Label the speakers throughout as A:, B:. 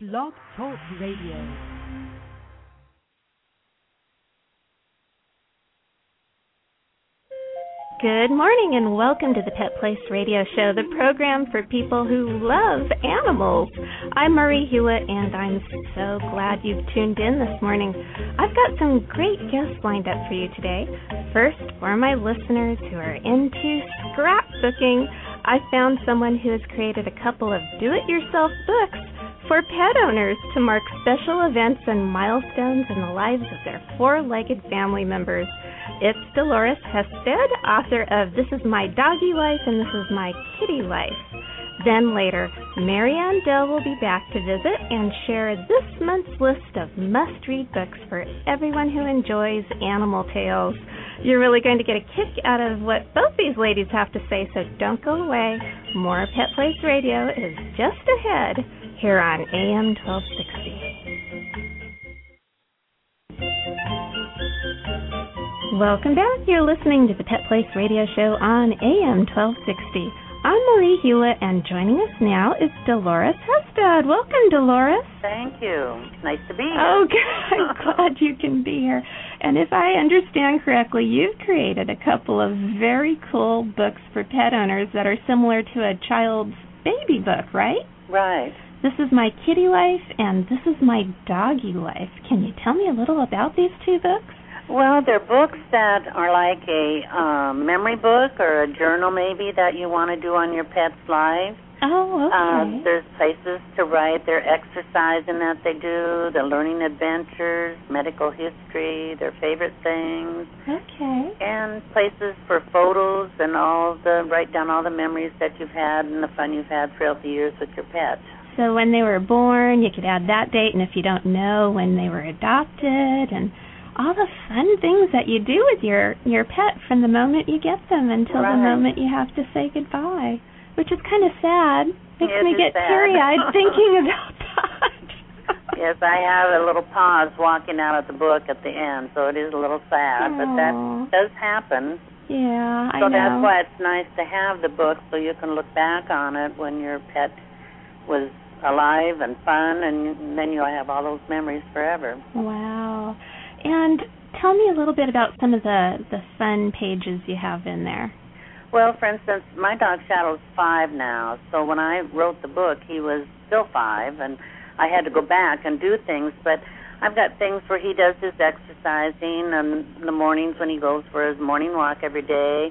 A: Blog Talk Radio.
B: Good morning and welcome to the Pet Place Radio Show, the program for people who love animals. I'm Marie Hewitt and I'm so glad you've tuned in this morning. I've got some great guests lined up for you today. First, for my listeners who are into scrapbooking, I found someone who has created a couple of do it yourself books for pet owners to mark special events and milestones in the lives of their four legged family members. It's Dolores Hesped, author of This Is My Doggy Life and This Is My Kitty Life. Then later, Marianne Dell will be back to visit and share this month's list of must read books for everyone who enjoys animal tales. You're really going to get a kick out of what both these ladies have to say, so don't go away. More Pet Place Radio is just ahead here on AM 1260. Welcome back. You're listening to the Pet Place Radio Show on AM 1260. I'm Marie Hewitt, and joining us now is Dolores Hestad. Welcome, Dolores.
C: Thank you. Nice to be here.
B: Oh, good. I'm glad you can be here. And if I understand correctly, you've created a couple of very cool books for pet owners that are similar to a child's baby book, right?
C: Right.
B: This is My Kitty Life and This is My Doggy Life. Can you tell me a little about these two books?
C: Well, they're books that are like a um, memory book or a journal, maybe that you want to do on your pet's life.
B: Oh, okay.
C: Uh, there's places to write their exercise and that they do, the learning adventures, medical history, their favorite things,
B: okay.
C: and places for photos and all the write down all the memories that you've had and the fun you've had throughout the years with your pet.
B: So when they were born, you could add that date, and if you don't know when they were adopted, and all the fun things that you do with your your pet from the moment you get them until
C: Right.
B: the moment you have to say goodbye, which is kind of sad. Makes
C: It
B: me
C: is
B: get
C: sad.
B: teary eyed thinking about that.
C: Yes, I have a little pause walking out of the book at the end, so it is a little sad, but that
B: Aw.
C: does happen.
B: yeah, I
C: So
B: know.
C: that's why it's nice to have the book so you can look back on it when your pet was alive and fun, and then you'll have all those memories forever.
B: Wow. And tell me a little bit about some of the the fun pages you have in there.
C: Well, for instance, my dog Shadow's five now, so when I wrote the book, he was still five, and I had to go back and do things, but I've got things where he does his exercising and in the mornings when he goes for his morning walk every day.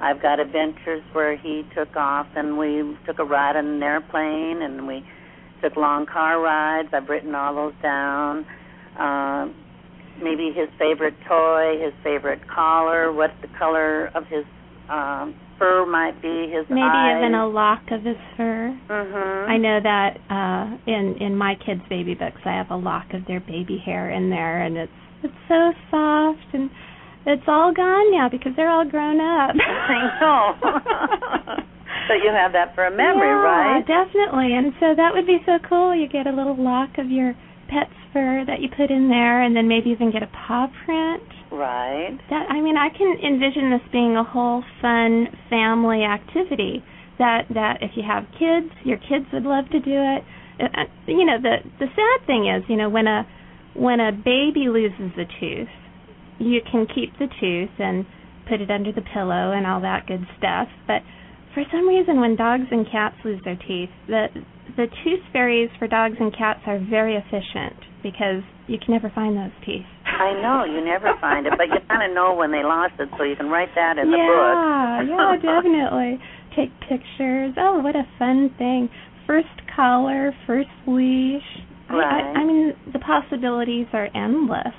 C: I've got adventures where he took off and we took a ride on an airplane and we took long car rides. I've written all those down. Um, maybe his favorite toy, his favorite collar, what the color of his um, fur might be, his
B: Maybe
C: eyes.
B: even a lock of his fur.
C: mm-hmm.
B: I know that uh in in my kids' baby books I have a lock of their baby hair in there and it's it's so soft and it's all gone now because they're all grown up.
C: I know. So you have that for a memory,
B: yeah,
C: right?
B: Definitely. And so that would be so cool. You get a little lock of your pet's fur that you put in there and then maybe even get a paw print.
C: Right.
B: That I mean I can envision this being a whole fun family activity that that if you have kids, your kids would love to do it. Uh, uh, You know, the the sad thing is, you know, when a when a baby loses a tooth, you can keep the tooth and put it under the pillow and all that good stuff, but for some reason when dogs and cats lose their teeth, the the tooth fairies for dogs and cats are very efficient because you can never find those teeth.
C: I know you never find it, but you kind of know when they lost it, so you can write that in the book.
B: yeah, yeah, definitely. Take pictures. Oh, what a fun thing! First collar, first leash. I-
C: Right.
B: I, I mean, the possibilities are endless.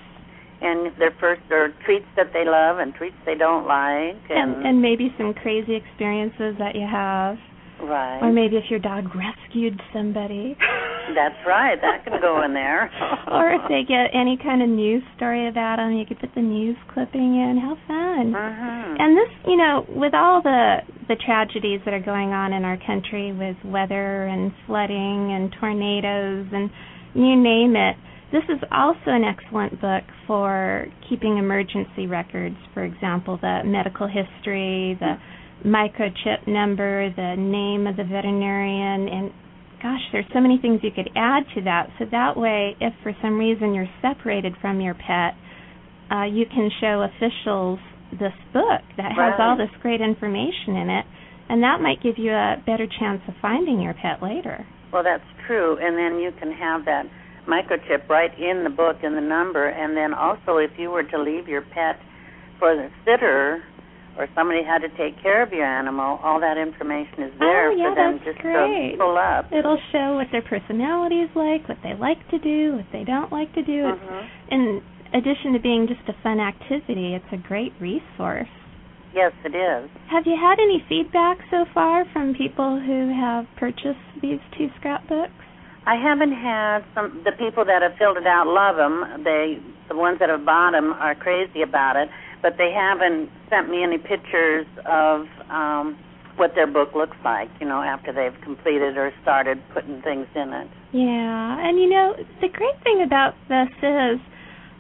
C: And their first or treats that they love and treats they don't like, and,
B: and and maybe some crazy experiences that you have,
C: right.
B: or maybe if your dog rescued somebody.
C: That's right. That can go in there.
B: or if they get any kind of news story about them, you could put the news clipping in. How fun!
C: Mhm.
B: And this, you know, with all the the tragedies that are going on in our country with weather and flooding and tornadoes and you name it, this is also an excellent book for keeping emergency records, for example, the medical history, the microchip number, the name of the veterinarian and gosh, there's so many things you could add to that. So that way, if for some reason you're separated from your pet, uh, you can show officials this book that has
C: Right.
B: all this great information in it, and that might give you a better chance of finding your pet later.
C: Well, that's true. And then you can have that microchip right in the book in the number. And then also, if you were to leave your pet for the sitter or somebody had to take care of your animal, all that information is there
B: Oh, yeah,
C: for them
B: that's
C: just
B: great.
C: to pull up.
B: It'll show what their personality is like, what they like to do, what they don't like to do. It's
C: Mhm.
B: in addition to being just a fun activity, it's a great resource.
C: Yes, it is.
B: Have you had any feedback so far from people who have purchased these two scrapbooks?
C: I haven't had some. The people that have filled it out love them. They, the ones that have bought them, are crazy about it. But they haven't sent me any pictures of um, what their book looks like. You know, after they've completed or started putting things in it.
B: Yeah, and you know, the great thing about this is,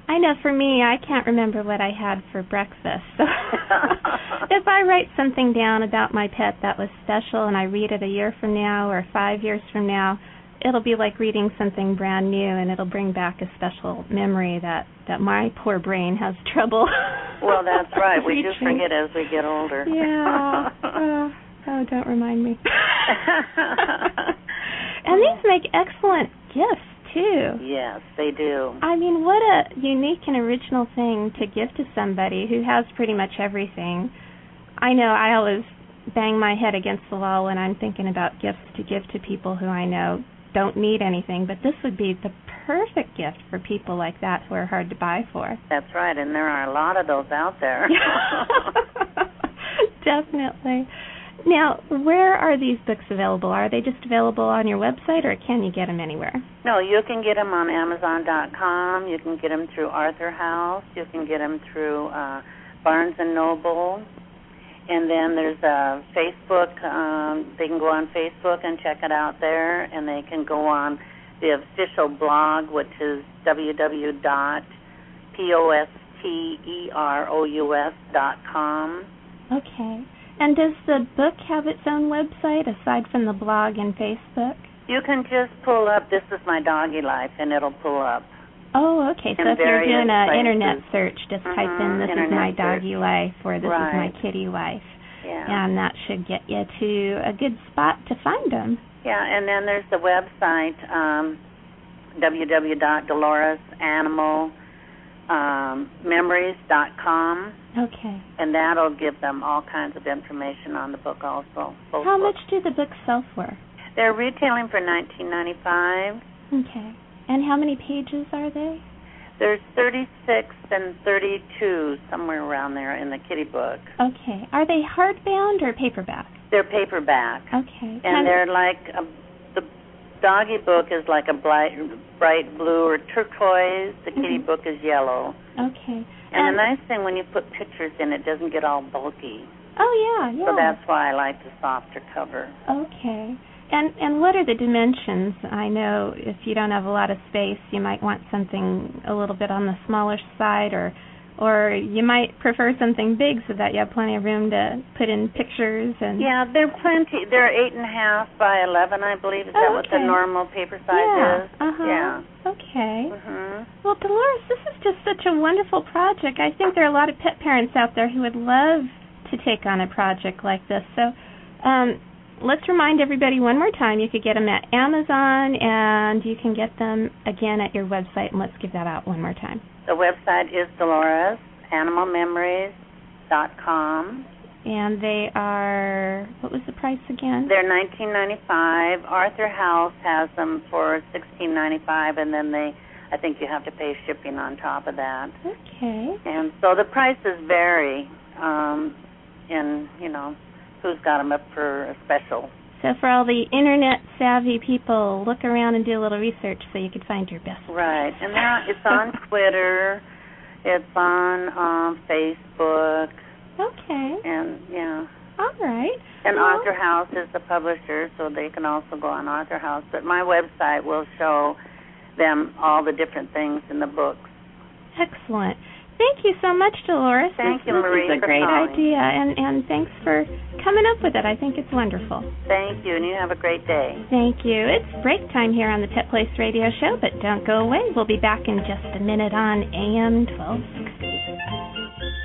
B: I know for me, I can't remember what I had for breakfast. So if I write something down about my pet that was special and I read it a year from now or five years from now, it'll be like reading something brand new and it'll bring back a special memory that, that my poor brain has trouble.
C: Well, that's right. We do
B: reaching.
C: forget as we get older.
B: Yeah. Oh, oh, don't remind me. and these make excellent gifts too.
C: yes, they do.
B: I mean, what a unique and original thing to give to somebody who has pretty much everything. I know I always bang my head against the wall when I'm thinking about gifts to give to people who I know don't need anything, but this would be the perfect gift for people like that who are hard to buy for.
C: That's right, and there are a lot of those out there.
B: Definitely. Now, where are these books available? Are they just available on your website, or can you get them anywhere?
C: No, you can get them on Amazon.com. You can get them through Arthur House. You can get them through uh, Barnes and Noble. And then there's uh, Facebook. Um, they can go on Facebook and check it out there. And they can go on the official blog, which is E www.posteros.com.
B: Okay. And does the book have its own website aside from the blog and Facebook?
C: You can just pull up "This Is My Doggy Life" and it'll pull up.
B: Oh, okay. So
C: In
B: if you're doing an
C: various places.
B: internet search, just type in
C: Mhm,
B: "This is
C: internet
B: my
C: search.
B: doggy life" or "This is
C: Right.
B: my kitty life,"
C: Yeah.
B: and that should get you to a good spot to find them.
C: Yeah, and then there's the website um, um, www.doloresanimalmemories.com,
B: Okay.
C: and that'll give them all kinds of information on the book also. both
B: How much
C: books.
B: do the books sell for?
C: They're retailing for 19.95.
B: Okay. And how many pages are they?
C: There's 36 and 32 somewhere around there in the kitty book.
B: Okay. Are they hardbound or paperback?
C: They're paperback,
B: Okay.
C: and they're like a, the doggy book is like a bright, bright blue or turquoise. The kitty
B: Mhm.
C: book is yellow.
B: okay.
C: And the nice thing when you put pictures in, it doesn't get all bulky.
B: Oh yeah, yeah.
C: So that's why I like the softer cover.
B: okay. And and what are the dimensions? I know if you don't have a lot of space, you might want something a little bit on the smaller side, or or you might prefer something big so that you have plenty of room to put in pictures and.
C: Yeah, they're plenty. They're eight and a half by eleven, I believe. Is
B: Oh,
C: that what the
B: okay.
C: normal paper size
B: Yeah.
C: is?
B: Uh-huh.
C: Yeah.
B: Okay.
C: Mhm.
B: Well, Dolores, this is just such a wonderful project. I think there are a lot of pet parents out there who would love to take on a project like this. So um, let's remind everybody one more time you could get them at Amazon and you can get them again at your website. And let's give that out one more time.
C: The website is DoloresAnimalMemories.com.
B: And they are, what was the price again?
C: They're nineteen ninety five. Arthur House has them for sixteen ninety five, and then they, I think you have to pay shipping on top of that.
B: Okay.
C: And so the prices vary, um, in you know who's got 'em up for a special.
B: So for all the internet savvy people, look around and do a little research so you could find your best.
C: Right, and now it's on Twitter, it's on um, Facebook,
B: Okay.
C: and yeah.
B: All right.
C: And
B: Well-
C: Author House is the publisher, so they can also go on Author House. But my website will show them all the different things in the books.
B: Excellent. Thank you so much, Dolores.
C: Thank you,
D: This is
C: Marie,
D: a
C: for
D: great
C: calling.
B: idea, and and thanks for coming up with it. I think it's wonderful.
C: Thank you, and you have a great day.
B: Thank you. It's break time here on the Pet Place Radio Show, but don't go away. We'll be back in just a minute on AM 1260.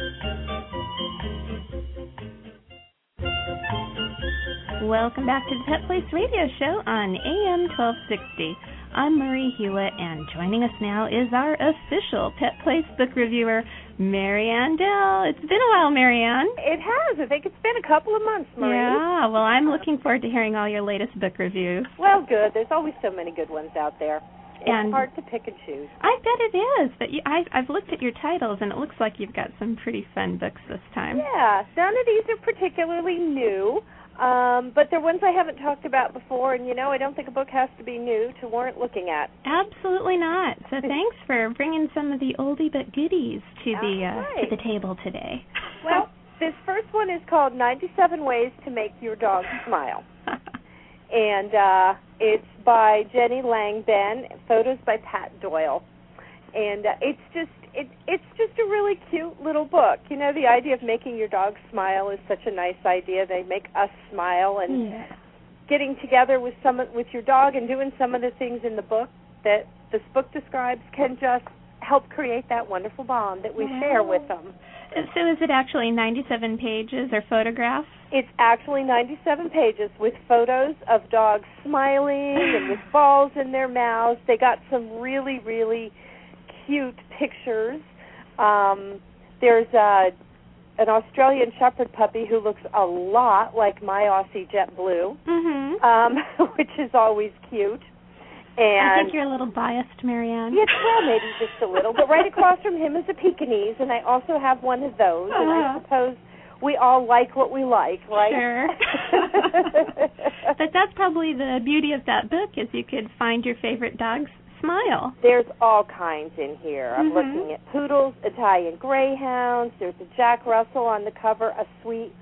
B: Welcome back to the Pet Place Radio Show on AM 1260. I'm Marie Hewitt, and joining us now is our official Pet Place book reviewer, Marianne Dell. It's been a while, Marianne.
E: It has. I think it's been a couple of months, Marie.
B: Yeah, well, I'm looking forward to hearing all your latest book reviews.
E: Well, good. There's always so many good ones out there. It's
B: And-
E: hard to pick and choose.
B: I bet it is. But you, I, I've looked at your titles, and it looks like you've got some pretty fun books this time.
E: Yeah, none of these are particularly new, um, but they're ones I haven't talked about before. And you know, I don't think a book has to be new to warrant looking at.
B: Absolutely not. So thanks for bringing some of the oldie but goodies to the uh,
E: Alright.
B: to the table today.
E: Well, this first one is called 97 Ways to Make Your Dog Smile, and uh, it's by Jenny Langben. Photos by Pat Doyle, and uh, it's just it it's just a really cute little book. You know, the idea of making your dog smile is such a nice idea. They make us smile, and
B: yeah.
E: getting together with some with your dog and doing some of the things in the book that this book describes can just help create that wonderful bond that we share with them.
B: So is it actually 97 pages or photographs?
E: It's actually 97 pages with photos of dogs smiling and with balls in their mouths. They got some really, really cute pictures. Um, there's a, an Australian Shepherd puppy who looks a lot like my Aussie Jet Blue,
B: Mm-hmm.
E: um, which is always cute.
B: I
E: And
B: think you're a little biased, Marianne.
E: Yes, well, maybe just a little. But right across from him is a Pekingese, and I also have one of those. And
B: Uh-huh.
E: I suppose we all like what we like, right?
B: Sure. but that's probably the beauty of that book is you could find your favorite dog's smile.
E: There's all kinds in here. I'm
B: Mhm.
E: looking at poodles, Italian greyhounds. There's a Jack Russell on the cover, a sweet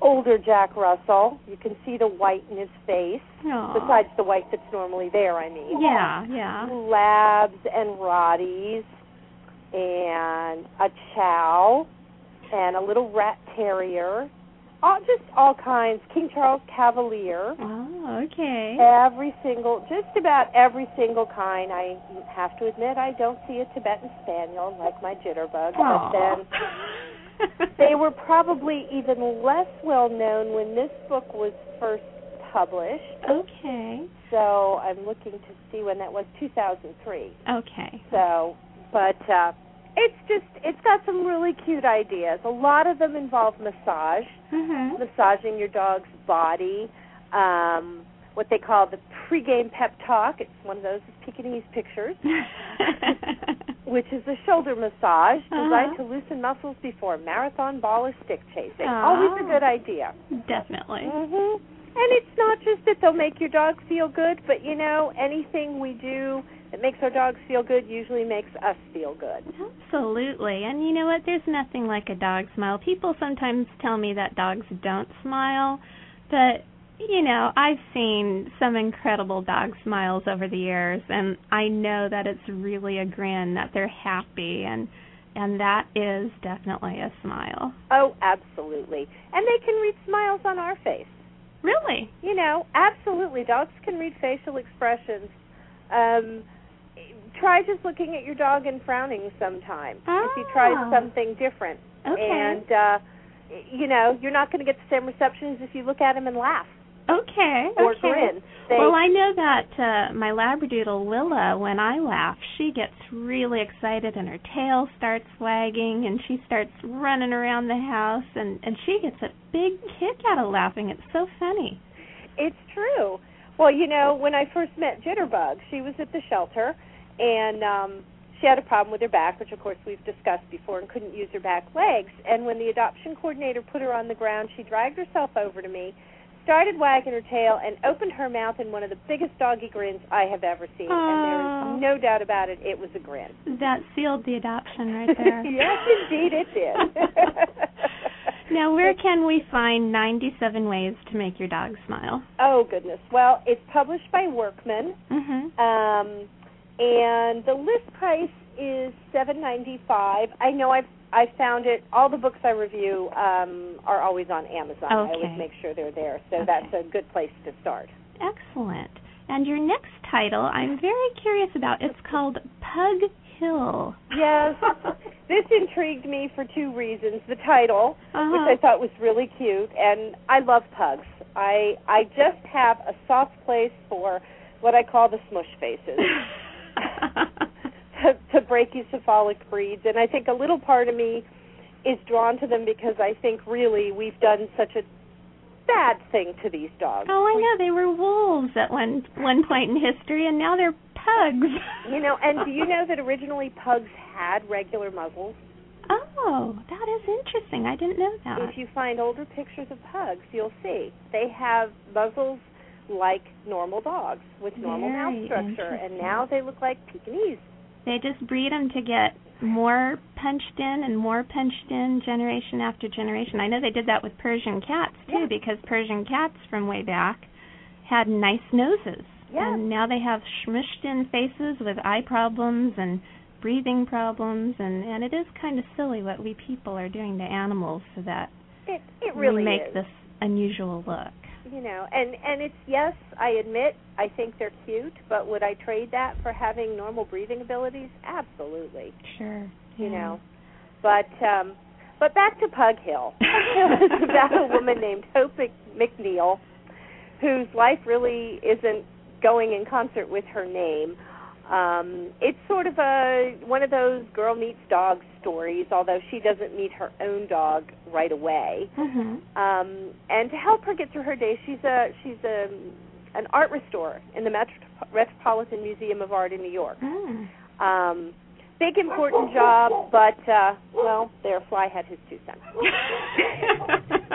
E: older Jack Russell. You can see the white in his face,
B: Aw.
E: besides the white that's normally there. I mean,
B: Yeah, yeah.
E: labs and Roddies and a chow and a little rat terrier. All just all kinds. King Charles Cavalier.
B: Oh, okay.
E: Every single, just about every single kind. I have to admit, I don't see a Tibetan Spaniel like my jitterbug. But then they were probably even less well known when this book was first published.
B: Oh. okay.
E: So I'm looking to see when that was 2003.
B: Okay.
E: So, but uh, it's just it's got some really cute ideas. A lot of them involve massage,
B: Mhm.
E: massaging your dog's body. Um, what they call the pregame pep talk. It's one of those Pekingese pictures, which is a shoulder massage designed
B: Uh-huh.
E: to loosen muscles before marathon ball or stick chasing.
B: Ah.
E: Always a good idea.
B: Definitely.
E: Mhm. And it's not just that they'll make your dog feel good, but you know, anything we do that makes our dogs feel good usually makes us feel good.
B: Absolutely. And you know what? There's nothing like a dog smile. People sometimes tell me that dogs don't smile, but you know, I've seen some incredible dog smiles over the years and I know that it's really a grin that they're happy and and that is definitely a smile.
E: Oh, absolutely. And they can read smiles on our face.
B: Really?
E: You know, absolutely. Dogs can read facial expressions. Um try just looking at your dog and frowning sometime if you try
B: Ah.
E: something different.
B: Okay.
E: And uh you know, you're not going to get the same reception as if you look at him and laugh
B: okay.
E: or
B: okay.
E: grin. They-
B: well, I know that uh, my labradoodle Willa, when I laugh, she gets really excited and her tail starts wagging and she starts running around the house and and she gets a big kick out of laughing. It's so funny.
E: It's true. Well, you know, when I first met Jitterbug, she was at the shelter and um she had a problem with her back, which of course we've discussed before and couldn't use her back legs. And when the adoption coordinator put her on the ground, she dragged herself over to me, started wagging her tail and opened her mouth in one of the biggest doggy grins I have ever seen.
B: Aw.
E: And there is no doubt about it, it was a grin.
B: That sealed the adoption right there.
E: yes, indeed it did.
B: now, where can we find 97 ways to make your dog smile?
E: Oh goodness. Well,
B: Mm-hmm.
E: it's published by Workman.
B: Mhm.
E: Um, and the list price is seven ninety five. I know I've I found it. All the books I review um, are always on Amazon. I
B: Okay.
E: always make sure they're there, so
B: Okay.
E: that's a good place to start.
B: Excellent. And your next title, I'm very curious about. It's called Pug Hill.
E: Yes. This intrigued me for two reasons: the title, which
B: Uh-huh.
E: I thought was really cute, and I love pugs. I I just have a soft place for what I call the smush faces, to, to brachycephalic breeds, and I think a little part of me is drawn to them because I think really we've done such a bad thing to these dogs.
B: oh, I know they were wolves at one one point in history, and now they're pugs.
E: You know, and do you know that originally pugs had regular muzzles?
B: Oh, that is interesting. I didn't know that.
E: If you find older pictures of pugs, you'll see they have muzzles like normal dogs with normal
B: Very
E: mouth structure, and
B: interesting.
E: now they look like Pekingese.
B: They just breed them to get more punched in and more punched in generation after generation. I know they did that with Persian cats too,
E: Yeah.
B: because Persian cats from way back had nice noses,
E: Yeah.
B: and now they have smushed in faces with eye problems and breathing problems, and and it is kind of silly what we people are doing to animals so that
E: It it really
B: we make
E: is.
B: this unusual look.
E: you know, and and it's yes, I admit, I think they're cute, but would I trade that for having normal breathing abilities? Absolutely,
B: Sure.
E: you
B: yeah.
E: know. But um but back to Pug Hill. It's about a woman named Hope Mc- McNeil, whose life really isn't going in concert with her name. Um, it's sort of a one of those girl meets dog stories, although she doesn't meet her own dog right away.
B: Mhm.
E: Um, and to help her get through her day, she's a she's a an art restorer in the Metrop- Metropolitan Museum of Art in New York.
B: Mm.
E: Um, big important job, but uh, well, there Fly had his two cents.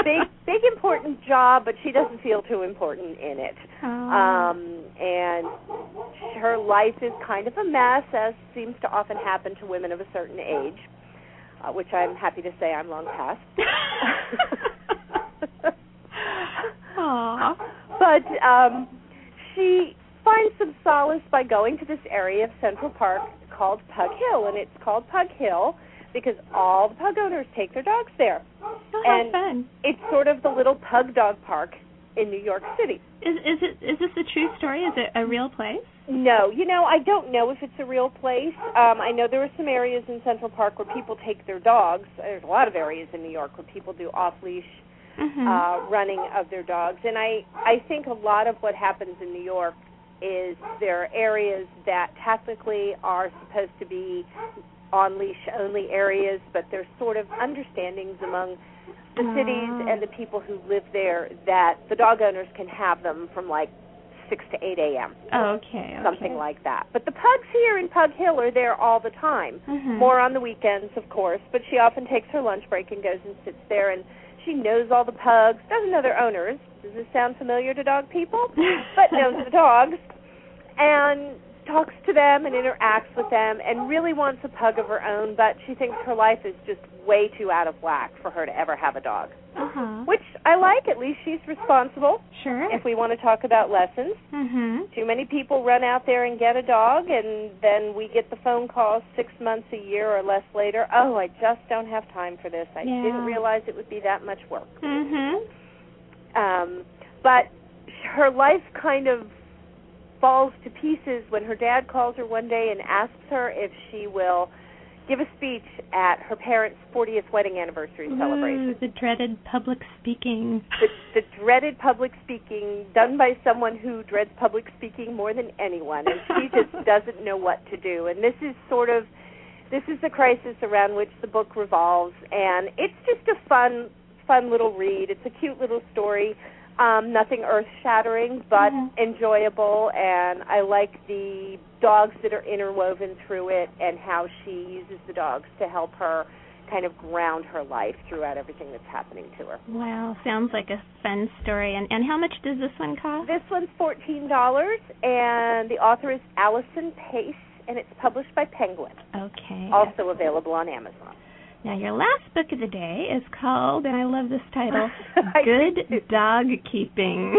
E: big big important job, but she doesn't feel too important in it.
B: Um,
E: Um, and her life is kind of a mess, as seems to often happen to women of a certain age, uh, which I'm happy to say I'm long past.
B: Aw.
E: But um, she finds some solace by going to this area of Central Park called Pug Hill, and it's called Pug Hill because all the pug owners take their dogs there.
B: Oh, how
E: And-
B: fun.
E: It's sort of the little pug dog park in New York City.
B: Is is it is this a true story? Is it a real place?
E: No, you know, I don't know if it's a real place. Um, I know there are some areas in Central Park where people take their dogs. There's a lot of areas in New York where people do off leash
B: Mm-hmm.
E: uh, running of their dogs. And I, I think a lot of what happens in New York is there are areas that technically are supposed to be on leash only areas, but there's sort of understandings among the cities
B: Ah.
E: and the people who live there that the dog owners can have them from like 6 to 8 a.m.,
B: Oh, okay, okay.
E: Oh, something like that. But the pugs here in Pug Hill are there all the time
B: Mhm.
E: more on the weekends, of course, but she often takes her lunch break and goes and sits there and she knows all the pugs, doesn't know their owners. Does this sound familiar to dog people? But knows the dogs and talks to them and interacts with them and really wants a pug of her own, but she thinks her life is just way too out of whack for her to ever have a dog.
B: Uh-huh.
E: Which I like, at least she's responsible.
B: Sure.
E: If we want to talk about lessons,
B: mm-hmm.
E: too many people run out there and get a dog, and then we get the phone calls six months a year or less later. Oh, I just don't have time for this. I
B: Yeah.
E: didn't realize it would be that much work.
B: Mm-hmm.
E: Um, but her life kind of falls to pieces when her dad calls her one day and asks her if she will give a speech at her parents' 40th wedding anniversary
B: Mm-hmm.
E: celebration.
B: Ooh, the dreaded public speaking.
E: The, the dreaded public speaking done by someone who dreads public speaking more than anyone, and she just doesn't know what to do. And this is sort of this is the crisis around which the book revolves, and it's just a fun, fun little read. It's a cute little story, um, nothing earth shattering, but
B: Mhm.
E: enjoyable. And I like the dogs that are interwoven through it, and how she uses the dogs to help her kind of ground her life throughout everything that's happening to her.
B: Wow, sounds like a fun story. And and how much does this one cost?
E: This one's fourteen dollars, and the author is Allison Pace, and it's published by Penguin.
B: okay.
E: Also available on Amazon.
B: Now, your last book of the day is called, and I love this title,
E: I do
B: Good
E: too.
B: Dog Keeping.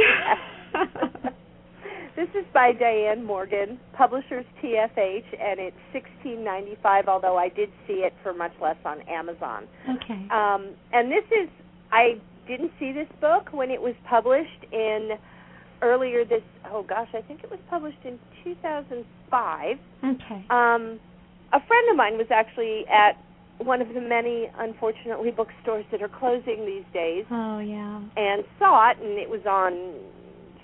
E: This is by Diane Morgan, Publishers TFH, and it's sixteen ninety five. Although I did see it for much less on Amazon.
B: Okay.
E: Um, and this is I didn't see this book when it was published in earlier this. Oh gosh, I think it was published in two thousand five.
B: Okay.
E: Um, a friend of mine was actually at one of the many, unfortunately, bookstores that are closing these days
B: Oh yeah.
E: and saw it and it was on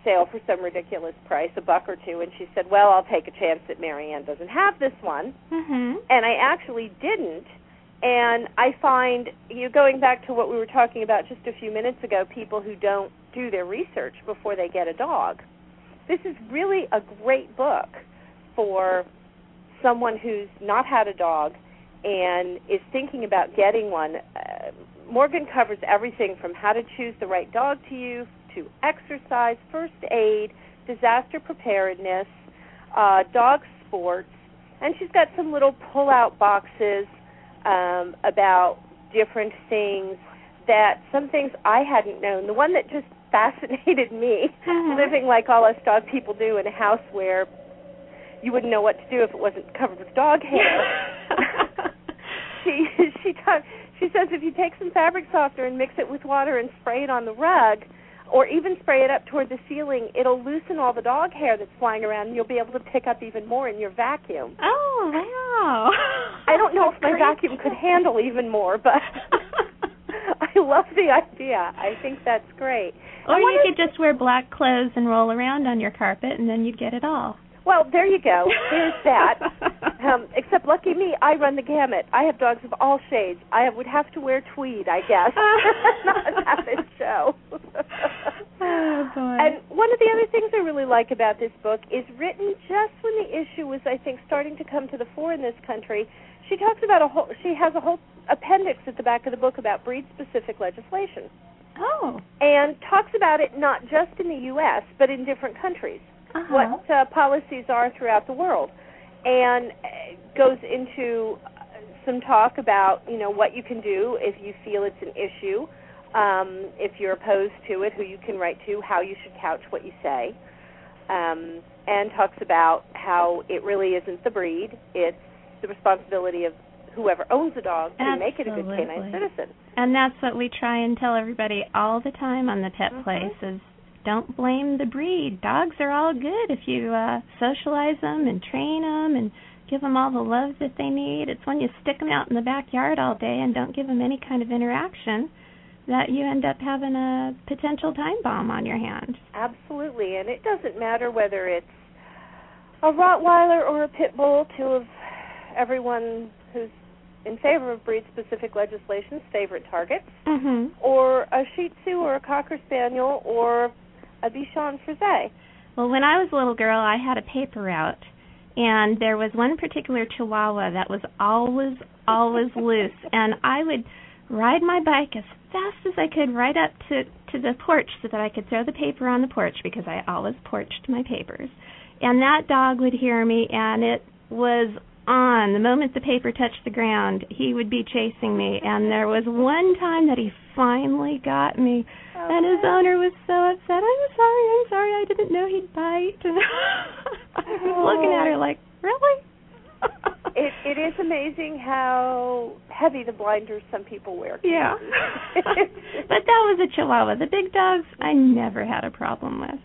E: sale for some ridiculous price a buck or two and she said well i'll take a chance that marianne doesn't have this one
B: Mhm.
E: and i actually didn't and i find you going back to what we were talking about just a few minutes ago people who don't do their research before they get a dog this is really a great book for someone who's not had a dog and is thinking about getting one. Uh, Morgan covers everything from how to choose the right dog to you to exercise, first aid, disaster preparedness, uh, dog sports, and she's got some little pull out boxes um, about different things that some things I hadn't known. The one that just fascinated me
B: Mhm.
E: living like all us dog people do in a house where you wouldn't know what to do if it wasn't covered with dog hair. she she talk, she says if you take some fabric softener and mix it with water and spray it on the rug, or even spray it up toward the ceiling, it'll loosen all the dog hair that's flying around, and you'll be able to pick up even more in your vacuum.
B: oh wow.
E: I don't know if my
B: Great.
E: vacuum could handle even more, but I love the idea. I think that's great.
B: Or
E: I
B: Oh, you
E: wonder-
B: could just wear black clothes and roll around on your carpet, and then you'd get it all.
E: Well, there you go. There's that. Um, except lucky me, I run the gamut. I have dogs of all shades. I would have to wear tweed, I guess. Not at this show.
B: Oh, boy.
E: And one of the other things I really like about this book is written just when the issue was, I think, starting to come to the fore in this country. She talks about a whole. She has a whole appendix at the back of the book about breed-specific legislation,
B: oh.
E: and talks about it not just in the U.S. but in different countries
B: Uh-huh.
E: what uh, policies are throughout the world and uh, goes into uh, some talk about you know what you can do if you feel it's an issue um, if you're opposed to it who you can write to how you should couch what you say um, and talks about how it really isn't the breed it's the responsibility of whoever owns the dog to make it a good canine
B: Absolutely.
E: citizen
B: And that's what we try and tell everybody all the time on the pet
E: Mhm.
B: place is don't blame the breed. Dogs are all good if you uh socialize them and train them and give them all the love that they need. It's when you stick them out in the backyard all day and don't give them any kind of interaction that you end up having a potential time bomb on your hands.
E: Absolutely, and it doesn't matter whether it's a Rottweiler or a pit bull. Two of everyone who's in favor of breed-specific legislation's favorite targets,
B: Mhm.
E: Mm-hmm. or a Shih Tzu or a Cocker Spaniel or a Bichon Frise.
B: Well, when I was a little girl, I had a paper route, and there was one particular chihuahua that was always, always loose, and I would ride my bike as fast as I could right up to to the porch so that I could throw the paper on the porch because I always porched my papers. And that dog would hear me, and it was on. The moment the paper touched the ground, he would be chasing me. And there was one time that he finally got me, and his owner was so upset. I'm sorry, I'm sorry, I didn't know he'd bite. And I was looking at her like, really?
E: It it is amazing how heavy the blinders some people wear.
B: Yeah. but that was a chihuahua. The big dogs, I never had a problem with.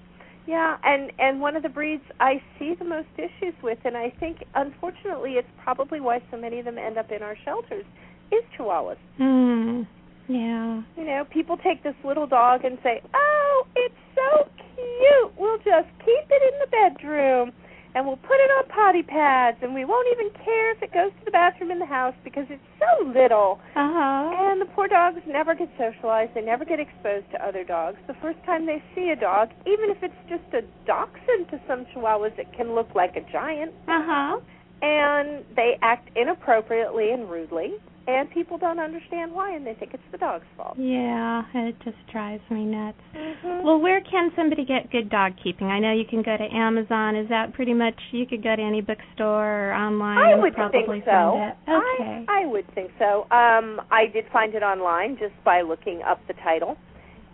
E: Yeah, and and one of the breeds I see the most issues with, and I think unfortunately it's probably why so many of them end up in our shelters, is Chihuahuas.
B: Hmm. Yeah.
E: You know, people take this little dog and say, "Oh, it's so cute. We'll just keep it in the bedroom, and we'll put it on potty pads, and we won't even care if it goes to the bathroom in the house because it's so little."
B: Uh huh.
E: And the poor dogs never get socialized. They never get exposed to other dogs. The first time they see a dog, even if it's just a dachshund to some chihuahuas, it can look like a giant.
B: Uh huh.
E: And they act inappropriately and rudely. And people don't understand why, and they think it's the dog's fault.
B: Yeah, it just drives me nuts.
E: Mm-hmm.
B: Well, where can somebody get good dog keeping? I know you can go to Amazon. Is that pretty much you could go to any bookstore or online?
E: I
B: and
E: would
B: probably
E: think so.
B: Find it. Okay.
E: I, I would think so. Um, I did find it online just by looking up the title,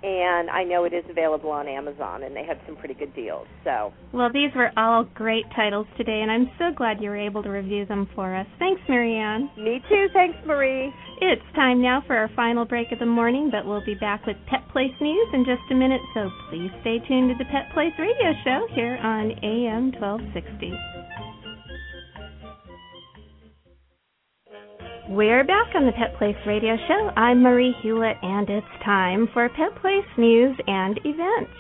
E: and I know it is available on Amazon, and they have some pretty good deals. So
B: Well, these were all great titles today, and I'm so glad you were able to review them for us. Thanks, Marianne.
E: me too. Thanks, Marie.
B: It's time now for our final break of the morning, but we'll be back with Pet Place News in just a minute, so please stay tuned to the Pet Place Radio Show here on AM 1260. We're back on the Pet Place Radio Show. I'm Marie Hewlett, and it's time for Pet Place News and Events.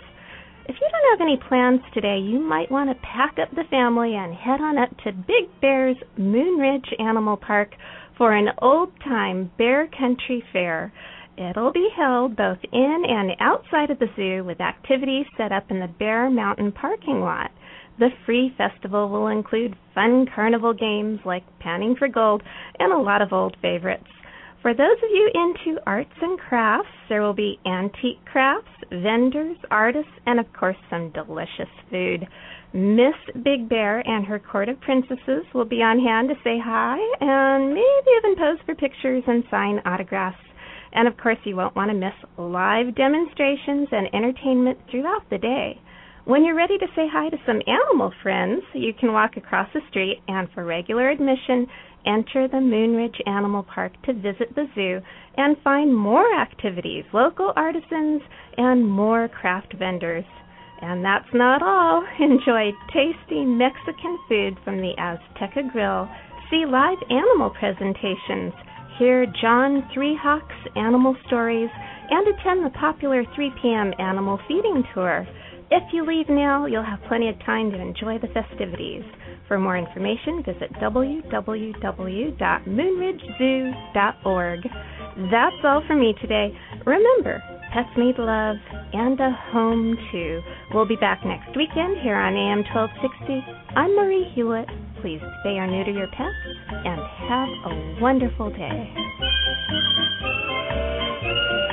B: If you don't have any plans today, you might want to pack up the family and head on up to Big Bear's Moon Ridge Animal Park for an old time bear country fair. It'll be held both in and outside of the zoo with activities set up in the Bear Mountain parking lot. The free festival will include fun carnival games like panning for gold and a lot of old favorites. For those of you into arts and crafts, there will be antique crafts, vendors, artists, and of course some delicious food. Miss Big Bear and her court of princesses will be on hand to say hi and maybe even pose for pictures and sign autographs. And of course, you won't want to miss live demonstrations and entertainment throughout the day. When you're ready to say hi to some animal friends, you can walk across the street and for regular admission, enter the Moonridge Animal Park to visit the zoo and find more activities, local artisans, and more craft vendors. And that's not all. Enjoy tasty Mexican food from the Azteca Grill. See live animal presentations. Hear John Three Hawks animal stories and attend the popular 3 p.m. animal feeding tour. If you leave now, you'll have plenty of time to enjoy the festivities. For more information, visit www.moonridgezoo.org. That's all for me today. Remember, pets need love and a home too. We'll be back next weekend here on AM 1260. I'm Marie Hewlett. Please stay or neuter your pets and have a wonderful day.